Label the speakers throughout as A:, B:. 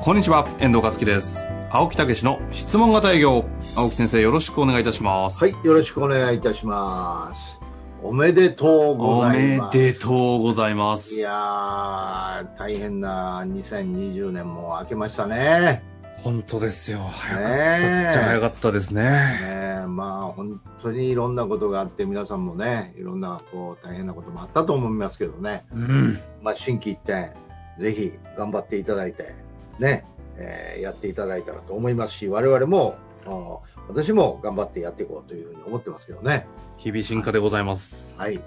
A: こんにちは、遠藤和樹です。青木武の質問型営業。青木先生、よろしくお願いいたします。
B: はい、よろしくお願いいたします。おめでとうご
A: お
B: ざい
A: め
B: ます。
A: でとうございます。
B: いやー、大変な2020年も明けましたね。
A: 本当ですよ。
B: ね
A: 早かったじゃ早
B: え
A: かったですね。
B: ねえまあ本当にいろんなことがあって、皆さんもね、いろんなこう大変なこともあったと思いますけどね。
A: うん。
B: まあ心機一転、ぜひ頑張っていただいて、ね、えーやっていただいたらと思いますし、我々も、あー私も頑張ってやっていこうというふうに思ってますけどね。
A: 日々進化でございます。
B: はい。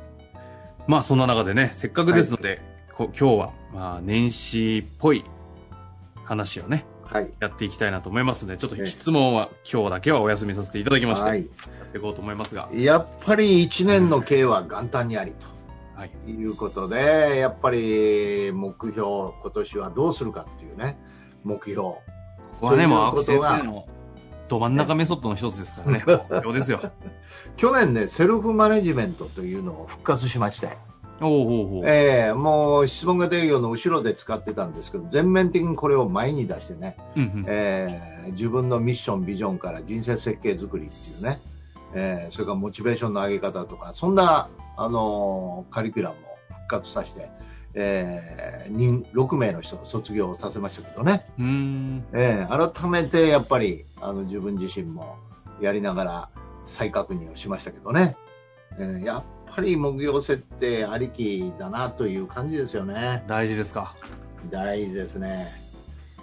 A: まあ、そんな中でね、せっかくですので、こ今日は、まあ、年始っぽい話をね、
B: はい。
A: やっていきたいなと思いますので、ちょっ
B: え
A: と
B: え
A: 質問は今日だけはお休みさせていただきまして、
B: は
A: や
B: い。
A: っていこうと思いますが。
B: やっぱり1年の経営は元旦にあり
A: はい。
B: ということで、やっぱり目標、今年はどうするかっていうね、目標。
A: ここはね、もう青
B: とい
A: 木
B: うこと
A: 先
B: は
A: 生のど真ん中メソッドの一つですからね、目標 ですよ。
B: 去年ね、セルフマネジメントというのを復活しまして、
A: おおおうおう
B: えーもう質問型営業の後ろで使ってたんですけど、全面的にこれを前に出してね、
A: うんうん
B: えー自分のミッション、ビジョンから人生設計作りっていうね、えーそれからモチベーションの上げ方とか、そんな、あのーカリキュラムを復活させて、えー人6名の人を卒業させましたけどね、
A: うーん。
B: えー改めてやっぱりあの自分自身もやりながら再確認をしましたけどね、えーやっぱり目標設定ありきだなという感じですよね。
A: 大事ですか。
B: 大事ですね。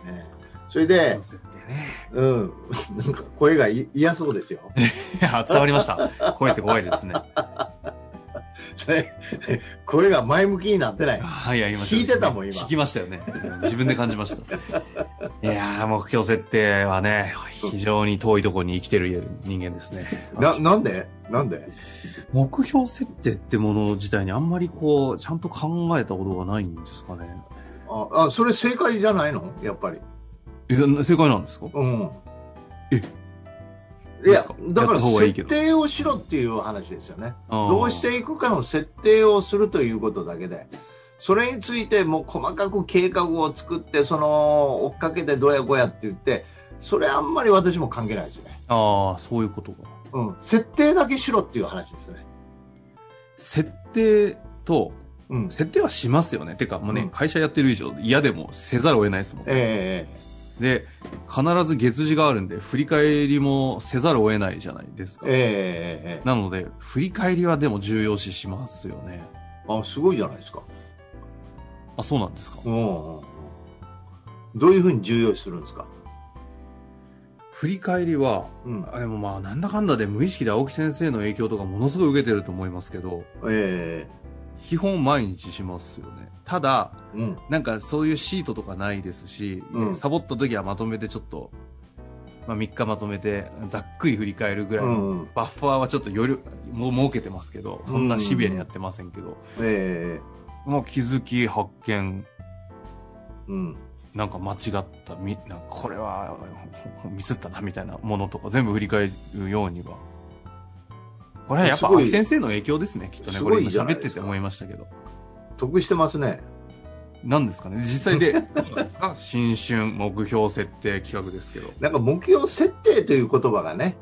B: えーそれで、
A: 目標設定ね
B: うん、なんか声がい嫌そうですよ。
A: 伝わりました。声って怖いですね。
B: 声が前向きになってない。
A: はい、やりました。
B: 聞いてたもん今
A: 聞きましたよね。自分で感じま した。いやー、目標設定はね、非常に遠いところに生きてる人間ですね。
B: な、なんでなんで
A: 目標設定ってもの自体にあんまりこう、ちゃんと考えたことがないんですかね。
B: ああ、それ正解じゃないのやっぱり。
A: え、な正解なんですか
B: うん。
A: え
B: い
A: です
B: や
A: か、
B: だか
A: や
B: ら
A: った方がいいけ
B: 設
A: ど
B: 定をしろっていう話ですよね。
A: ど
B: どうしていくかの設定をするということだけで、それについてもう細かく計画を作って、その、追っかけてどうやこうやって言って、それあんまり私も関係ないですよね。
A: ああ、そういうことか。
B: うん。設定だけしろっていう話ですよね。
A: 設定と、
B: うん。
A: 設定はしますよね。てか、もうね、
B: うん
A: 会社やってる以上嫌でもせざるを得ないですもん。
B: ええ
A: で、必ず月次があるんで、振り返りもせざるを得ないじゃないですか。
B: えええええ
A: なので、振り返りはでも重要視しますよね。
B: えあ、すごいじゃないですか。
A: あ、そうなんですか。
B: うんうんうん。どういうふうに重要視するんですか。
A: 振り返りは、
B: うん。
A: あでもまあ、なんだかんだで無意識で青木先生の影響とかものすごい受けてると思いますけど、
B: え
A: 基本毎日しますよね。ただ、
B: えうん。
A: なんかそういうシートとかないですし、
B: うん
A: サボった時はまとめてちょっと、まあ3日まとめて、ざっくり振り返るぐらいの
B: うん。
A: バッファーはちょっとよりも設けてますけど、そんなシビアにやってませんけど、
B: え
A: もう気づき、発見、
B: えうん。
A: なんか間違った、みなんかこれはほほミスったなみたいなものとか全部振り返るようには。これはやっぱ
B: すごい
A: 青木先生の影響ですね、きっとね。
B: す
A: こ
B: ご
A: れ
B: い
A: 今
B: じゃな
A: 喋
B: い
A: ってて思いましたけど。
B: 得してますね。
A: なんですかね実際で、 どうなんですか新春目標設定企画ですけど。
B: なんか目標設定という言葉がね、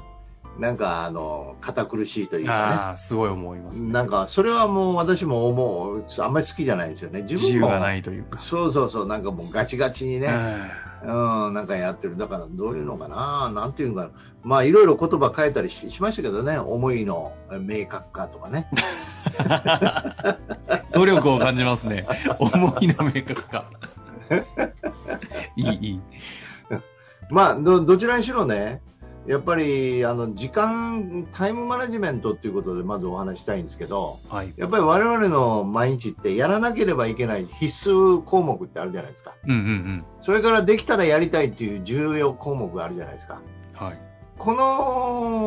B: なんかあの堅苦しいというか
A: ああ、すごい思いま
B: ね。
A: す、ね。
B: なんかそれはもう私も思うあんまり好きじゃないんですよね。自
A: 自
B: 分
A: 由
B: も
A: がないというか。
B: そうそうそうなんかもうガチガチにね。
A: うん
B: うん、なんかやってる。だからどういうのかな、なんていうのかな。まあいろいろ言葉変えたりししましたけどね、思いの明確化とかね。
A: 努力を感じますね。 思いの明確化。 いい、いい。
B: まあどどちらにしろね、やっぱりあの時間、タイムマネジメントっていうことでまずお話したいんですけど、
A: はい。
B: やっぱり我々の毎日ってやらなければいけない必須項目ってあるじゃないですか。
A: うんうん
B: それからできたらやりたいっていう重要項目があるじゃないですか。
A: うん。はい。
B: こ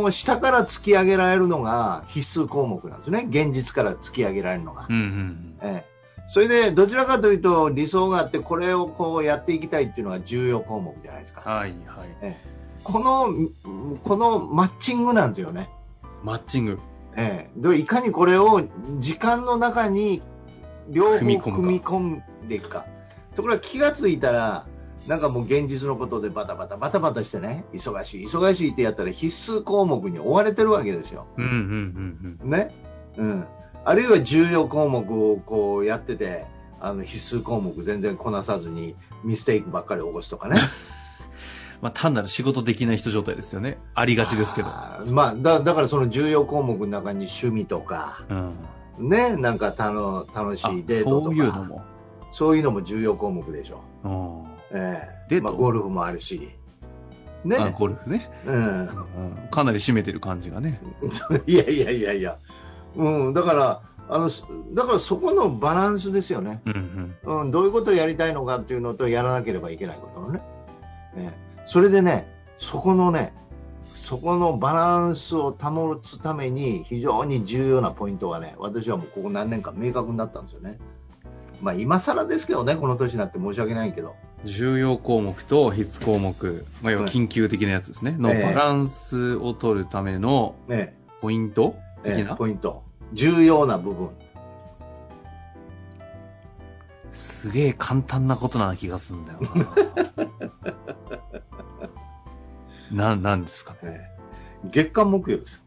B: の下から突き上げられるのが必須項目なんですね。現実から突き上げられるのが。
A: うんうん
B: ええ、それでどちらかというと理想があってこれをこうやっていきたいっていうのが重要項目じゃないです
A: うん。
B: か。
A: はいはい。
B: この、うんこのマッチングなんですよね。
A: マッチング。
B: ええ、でいかにこれを時間の中に両方
A: 組み込むか
B: 組み込んでいくか。ところが気がついたら、なんかもう現実のことでバタバタバタバタしてね、忙しい、忙しいってやったら必須項目に追われてるわけですよ。
A: うんうんうん
B: ね。うん。あるいは重要項目をこうやってて、あの必須項目全然こなさずにミステイクばっかり起こす とかね。
A: うん。まあ単なる仕事できない人状態ですよね。ありがちですけど。
B: あーまあ、だだからその重要項目の中に趣味とか、
A: うん。
B: ね、なんかたの楽し
A: あ
B: いデート
A: そ
B: とか。
A: ういうのも。
B: そういうのも重要項目でしょ。
A: うん。
B: ええ
A: デート
B: まあ、ゴルフもあるし。ね。
A: あゴルフね、
B: うん。
A: うん。かなり締めてる感じがね。
B: いやいやいやいや。うん。だから、あの、すだからそこのバランスですよね。
A: うんうん。
B: うん。どういうことをやりたいのかっていうのと、やらなければいけないことのね。ええそれでね、そこのね、そこのバランスを保つために非常に重要なポイントがね、私はもうここ何年か明確になったんですよね。まあ今更ですけどね、この年になって申し訳ないけど。
A: 重要項目と必須項目、まあ、要は緊急的なやつですね、の
B: ええ
A: バランスを取るための
B: ねえ
A: ポイント的
B: え
A: な、
B: ーポイント重要な部分
A: すげえ簡単なことな気がするんだよ な。な、なんですかね。
B: 月間目標です、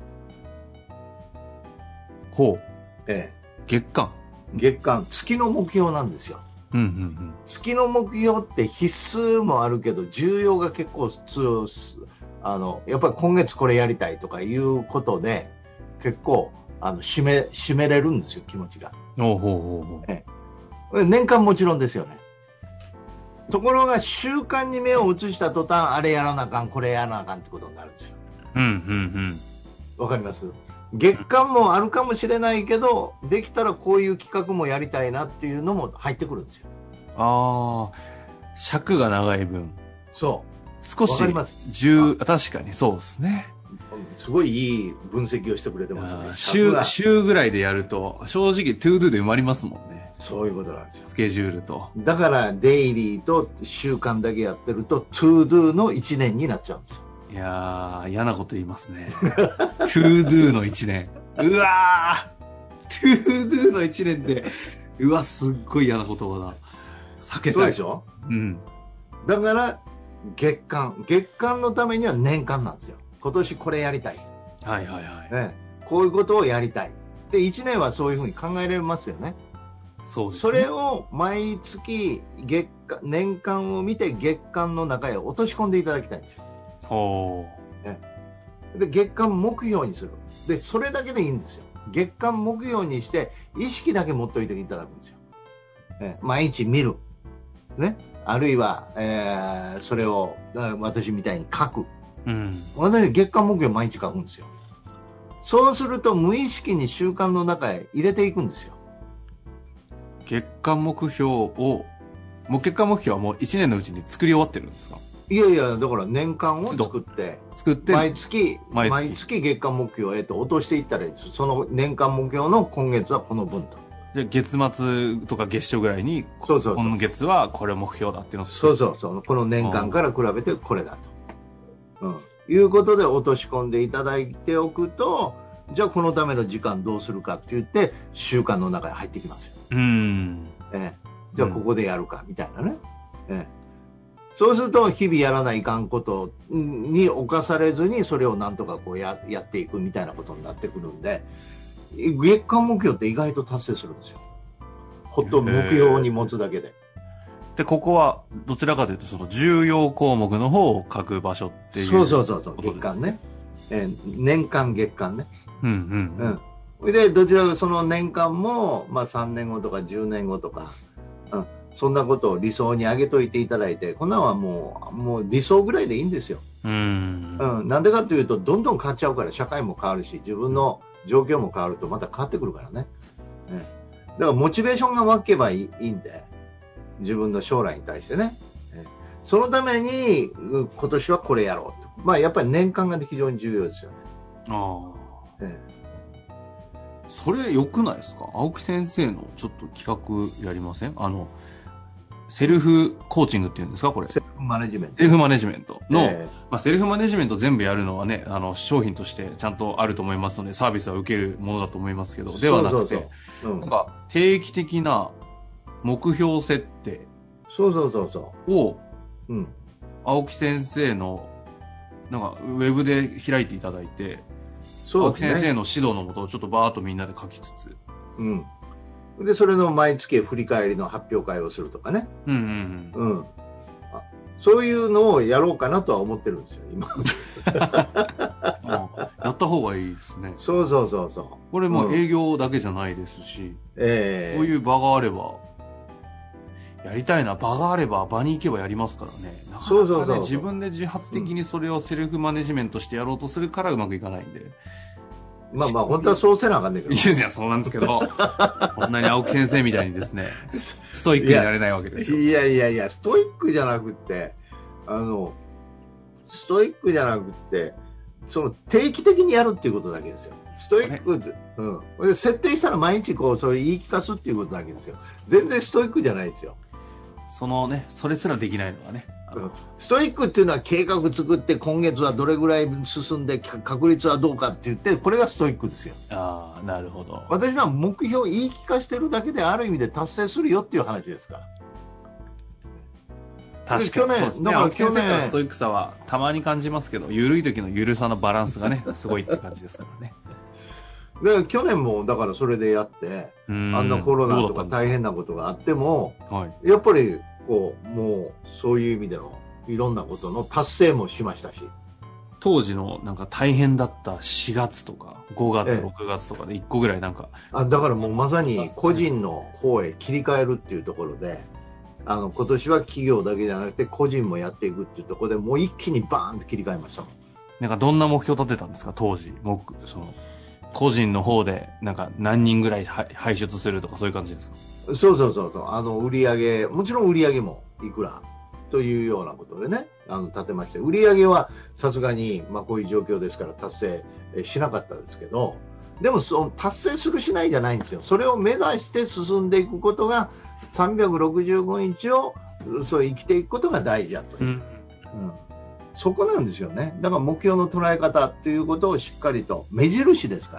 A: ほ
B: え
A: う、月間。
B: ー月間月の目標なんですよ
A: うんうん
B: 月の目標って必須もあるけど重要が結構強すあのやっぱり今月これやりたいとかいうことで結構あの締め締めれるんですよ気持ちが
A: うん。おうほうほうほう。
B: 年間もちろんですよねところが習慣に目を移した途端あれやらなあかんこれやらなあかんってことになるんですよ
A: うんうん
B: わかります月間もあるかもしれないけど、できたらこういう企画もやりたいなっていうのも入ってくるんですよ。
A: うん。ああ、尺が長い分、
B: そ
A: 少
B: う。わ
A: し
B: かります。
A: 重、確かにそうですね。
B: すごいいい分析をしてくれてます
A: あ
B: ね
A: ー。
B: 尺
A: 週、
B: が
A: 週ぐらいでやると、正直、トゥードゥで埋まりますもんね。
B: そういうことなんですよ。
A: スケジュールと。
B: だから、デイリーと習慣だけやってると、トゥードゥの1年になっちゃうんですよ。
A: いやー、嫌なこと言いますね。 トゥードゥの一年。うわートゥードゥの一年って、うわ、すっごい嫌な言葉だ。避けたい。
B: そうでしょ
A: うん。
B: だから、月間。月間のためには年間なんですよ。今年これやりたい。
A: はいはいはい。
B: ね、こういうことをやりたい。で、1年はそういうふうに考えられますよね。
A: そうですね。
B: それを毎月月間、年間を見て月間の中へ落とし込んでいただきたいんですよ。
A: ほ
B: で、月間目標にする。で、それだけでいいんですよ。月間目標にして、意識だけ持っておいていただくんですよ。え毎日見る。ね。あるいは、えーそれを、あ私みたいに書く。
A: う。うん。
B: 私月間目標毎日書くんですよ。そうすると無意識に習慣の中へ入れていくんですよ。
A: 月間目標を、もう月間目標はもう一年のうちに作り終わってるんですか
B: いやいや、だから年間を作って、
A: 作って、
B: 毎月
A: 毎
B: 毎
A: 月
B: 月月間目標へと落としていったらいいですその年間目標の今月はこの分と
A: じゃあ月末とか月初ぐらいに、こ
B: そうそうそう
A: 今月はこれ目標だっていうのを
B: そう
A: う。
B: そうそうこの年間から比べてこれだと、うん、いうことで落とし込んでいただいておくとじゃあこのための時間どうするかって言って習慣の中に入ってきますよ、
A: うん。
B: ええじゃあここでやるかみたいなね、ええそうすると日々やらないかんことに侵されずにそれをなんとかこうややっていくみたいなことになってくるんで月間目標って意外と達成するんですよ。ほっと目標に持つだけで。
A: で、ここは、どちらかというと、その重要項目の方を書く場所っていう。
B: そうそうそうそう、
A: こと
B: 月
A: です
B: 間ね。ええ年間月間ね。
A: うんう
B: うんん。それで、どちらかその年間も、まあ3年後とか10年後とか、うん、そんなことを理想に上げといていただいて、こんなんはもう、もう理想ぐらいでいいんですよ。
A: うん。
B: うん、なんでかというと、どんどん変わっちゃうから、社会も変わるし、自分の状況も変わると、また変わってくるからね。うんだから、モチベーションが湧けばいいいいんで、自分の将来に対してね。うんそのために、うん今年はこれやろうと。まあ、やっぱり年間が非常に重要ですよね。
A: ああ、
B: え
A: それ良くないですか青木先生のちょっと企画やりませんあのセルフコーチングっていうんですかこれセ
B: セルフマネジメント。
A: ルフマネジメントの、
B: え
A: まあ、セルフマネジメント全部やるのはねあの商品としてちゃんとあると思いますのでサービスは受けるものだと思いますけど
B: え
A: ではなくて
B: そうそうそう,、うん
A: なんか定期的な目標設定
B: そうそうそうそ
A: を
B: う。うん。
A: 青木先生のなんかウェブで開いていただいて、
B: そ
A: 青
B: う
A: 木
B: です
A: 先
B: ね。
A: 生の指導のもとちょっとバーッとみんなで書きつつ
B: うん。で、それの毎月振り返りの発表会をするとかね。
A: うん うんうん
B: うん。あそういうのをやろうかなとは思ってるんですよ、今。
A: あやった方がいいですね。
B: そうそうそうそう。
A: これも
B: うん
A: 営業だけじゃないですし、
B: ええ
A: こういう場があれば、やりたいな、場があれば、場に行けばやりますからね。なか
B: そうそう
A: な
B: そ
A: か
B: うそ
A: ね、
B: う
A: 自分で自発的にそれをセルフマネジメントしてやろうとするからうまくいかないんで。
B: まあまあ、本当はそうせなあかんねんけど。
A: いやいや、そうなんですけど、こんなに青木先生みたいにです ね、ストイックになれないわけですよ。
B: いやいやいや、ストイックじゃなくって、あの、ストイックじゃなくって、その定期的にやるっていうことだけですよ。ストイックで、うん。これ設定したら毎日こう、それ言い聞かすっていうことだけですよ。全然ストイックじゃないですよ。
A: そのね、それすらできないのはね。あの
B: ストイックっていうのは計画作って今月はどれぐらい進んでか確率はどうかって言って、これがストイックですよ。
A: ああ、なるほど。
B: 私らは目標を言い聞かしてるだけである意味で達成するよっていう話ですから。
A: 確
B: 去
A: かに
B: 年
A: そうです
B: だ
A: ね。
B: から
A: 青木先生か
B: 去
A: ら
B: 年
A: ストイックさはたまに感じますけど、緩い時の緩さのバランスが ね、すごいって感じですからね。
B: だから去年もだからそれでやって、
A: あ
B: あん
A: ん
B: なコロナとか大
A: 変。
B: 変なことがあっても、
A: はい。
B: やっぱりこう、もうそういう意味でのいろんなことの達成もしましたし、
A: 当時のなんか大変だった4月とか、5
B: え
A: 月、
B: え
A: 6月とかで1個ぐらいなんか、
B: あだからもうまさに個人の方へ切り替えるっていうところで、あの今年は企業だけじゃなくて個人もやっていくっていうところでもう一気にバーンと切り替えましたもん。
A: なんかどんな目標立てたんですか、当時。目、その、個人の方で、なんか何人ぐらいは排出するとかそういう感じですか
B: そうそうそうそう、あの売り上げ、もちろん売り上げもいくらというようなことでね、あの立てまして、売り上げはさすがに、まあ、こういう状況ですから達成えーしなかったですけど、でもその達成するしないじゃないんですよ、それを目指して進んでいくことが、365日をそう生きていくことが大事だという、
A: ん。
B: うんそこなんですよね、だから目標の捉え方ということをしっかりと、目印ですか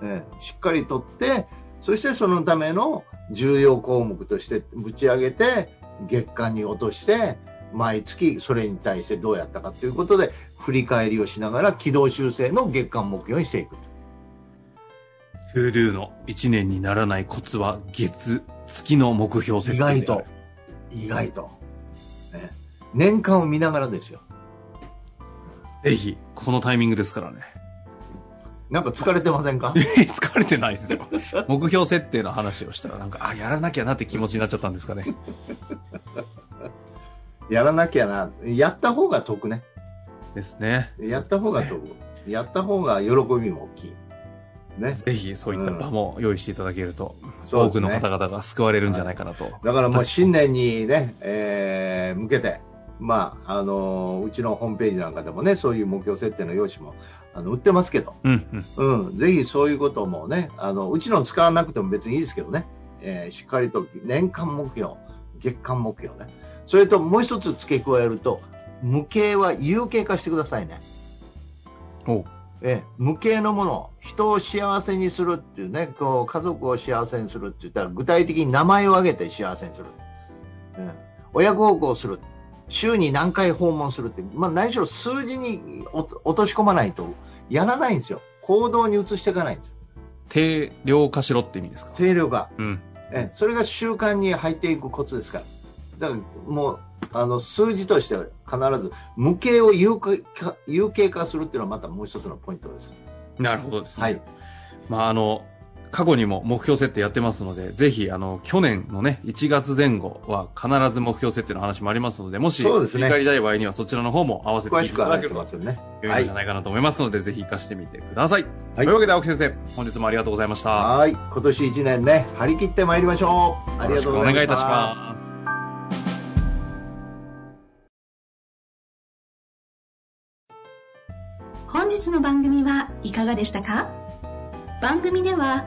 B: ら、ええしっかりとって、そしてそのための重要項目としてぶち上げて、月間に落として、毎月それに対してどうやったかということで、振り返りをしながら軌道修正の月間目標にしていく。
A: トゥードゥの1年にならないコツは月、月の目標設定
B: 意
A: である。
B: 外と、意外と、ね年間を見ながらですよ。
A: ぜひ、このタイミングですからね。
B: なんか疲れてませんか
A: 疲れてないですよ。目標設定の話をしたら、なんか、あ、やらなきゃなって気持ちになっちゃったんですかね。
B: やらなきゃな。やった方が得ね。
A: ですね。
B: やった方が得。やった方が喜びも大きい。ね。
A: ぜひ、そういった場も用意していただけると、
B: そう
A: 多
B: です
A: く
B: ね
A: の方々が救われるんじゃないかなと。
B: だからもう新年にね、えー向けて、まあ、あのーうちのホームページなんかでもね、そういう目標設定の用紙も、あの、売ってますけど、
A: うん、うん。
B: うん、ぜひそういうこともね、あの、うちの使わなくても別にいいですけどね、えーしっかりと年間目標、月間目標ね。それともう一つ付け加えると、無形は有形化してくださいね。
A: おう
B: ええ無形のもの、人を幸せにするっていうね、こう家族を幸せにするって言ったら、具体的に名前を挙げて幸せにする、うん、親孝行する、週に何回訪問するって、まあ、何しろ数字におと落とし込まないとやらないんですよ、行動に移していかないんですよ、
A: 定量化しろって意味ですか
B: 定量が、
A: うん。
B: ええそれが習慣に入っていくコツですから、だからもうあの数字としては必ず無形を有形化有形化するっていうのは、またもう一つのポイントです。
A: なるほどですね。
B: はい。
A: まあ、あの、過去にも目標設定やってますので、ぜひ、あの、去年のね、1月前後は必ず目標設定の話もありますので、もし、
B: そうですね
A: 振り返りたい場合にはそちらの方も合わせて聞
B: 詳
A: いて
B: し
A: い
B: く
A: た
B: は
A: だ
B: 話
A: け
B: し
A: る
B: て
A: と
B: ますよね。
A: 良いんじゃないかなと思いますので、ぜひ活かしてみてください。
B: はい
A: というわけで、青木先生、本日もありがとうございました。
B: はい。今年1年ね、張り切ってまいりましょう。あ
A: よろ
B: りが
A: し
B: と
A: く
B: う
A: お
B: ございました。
A: 願いいたします。
C: 本日の番組はいかがでしたか番組では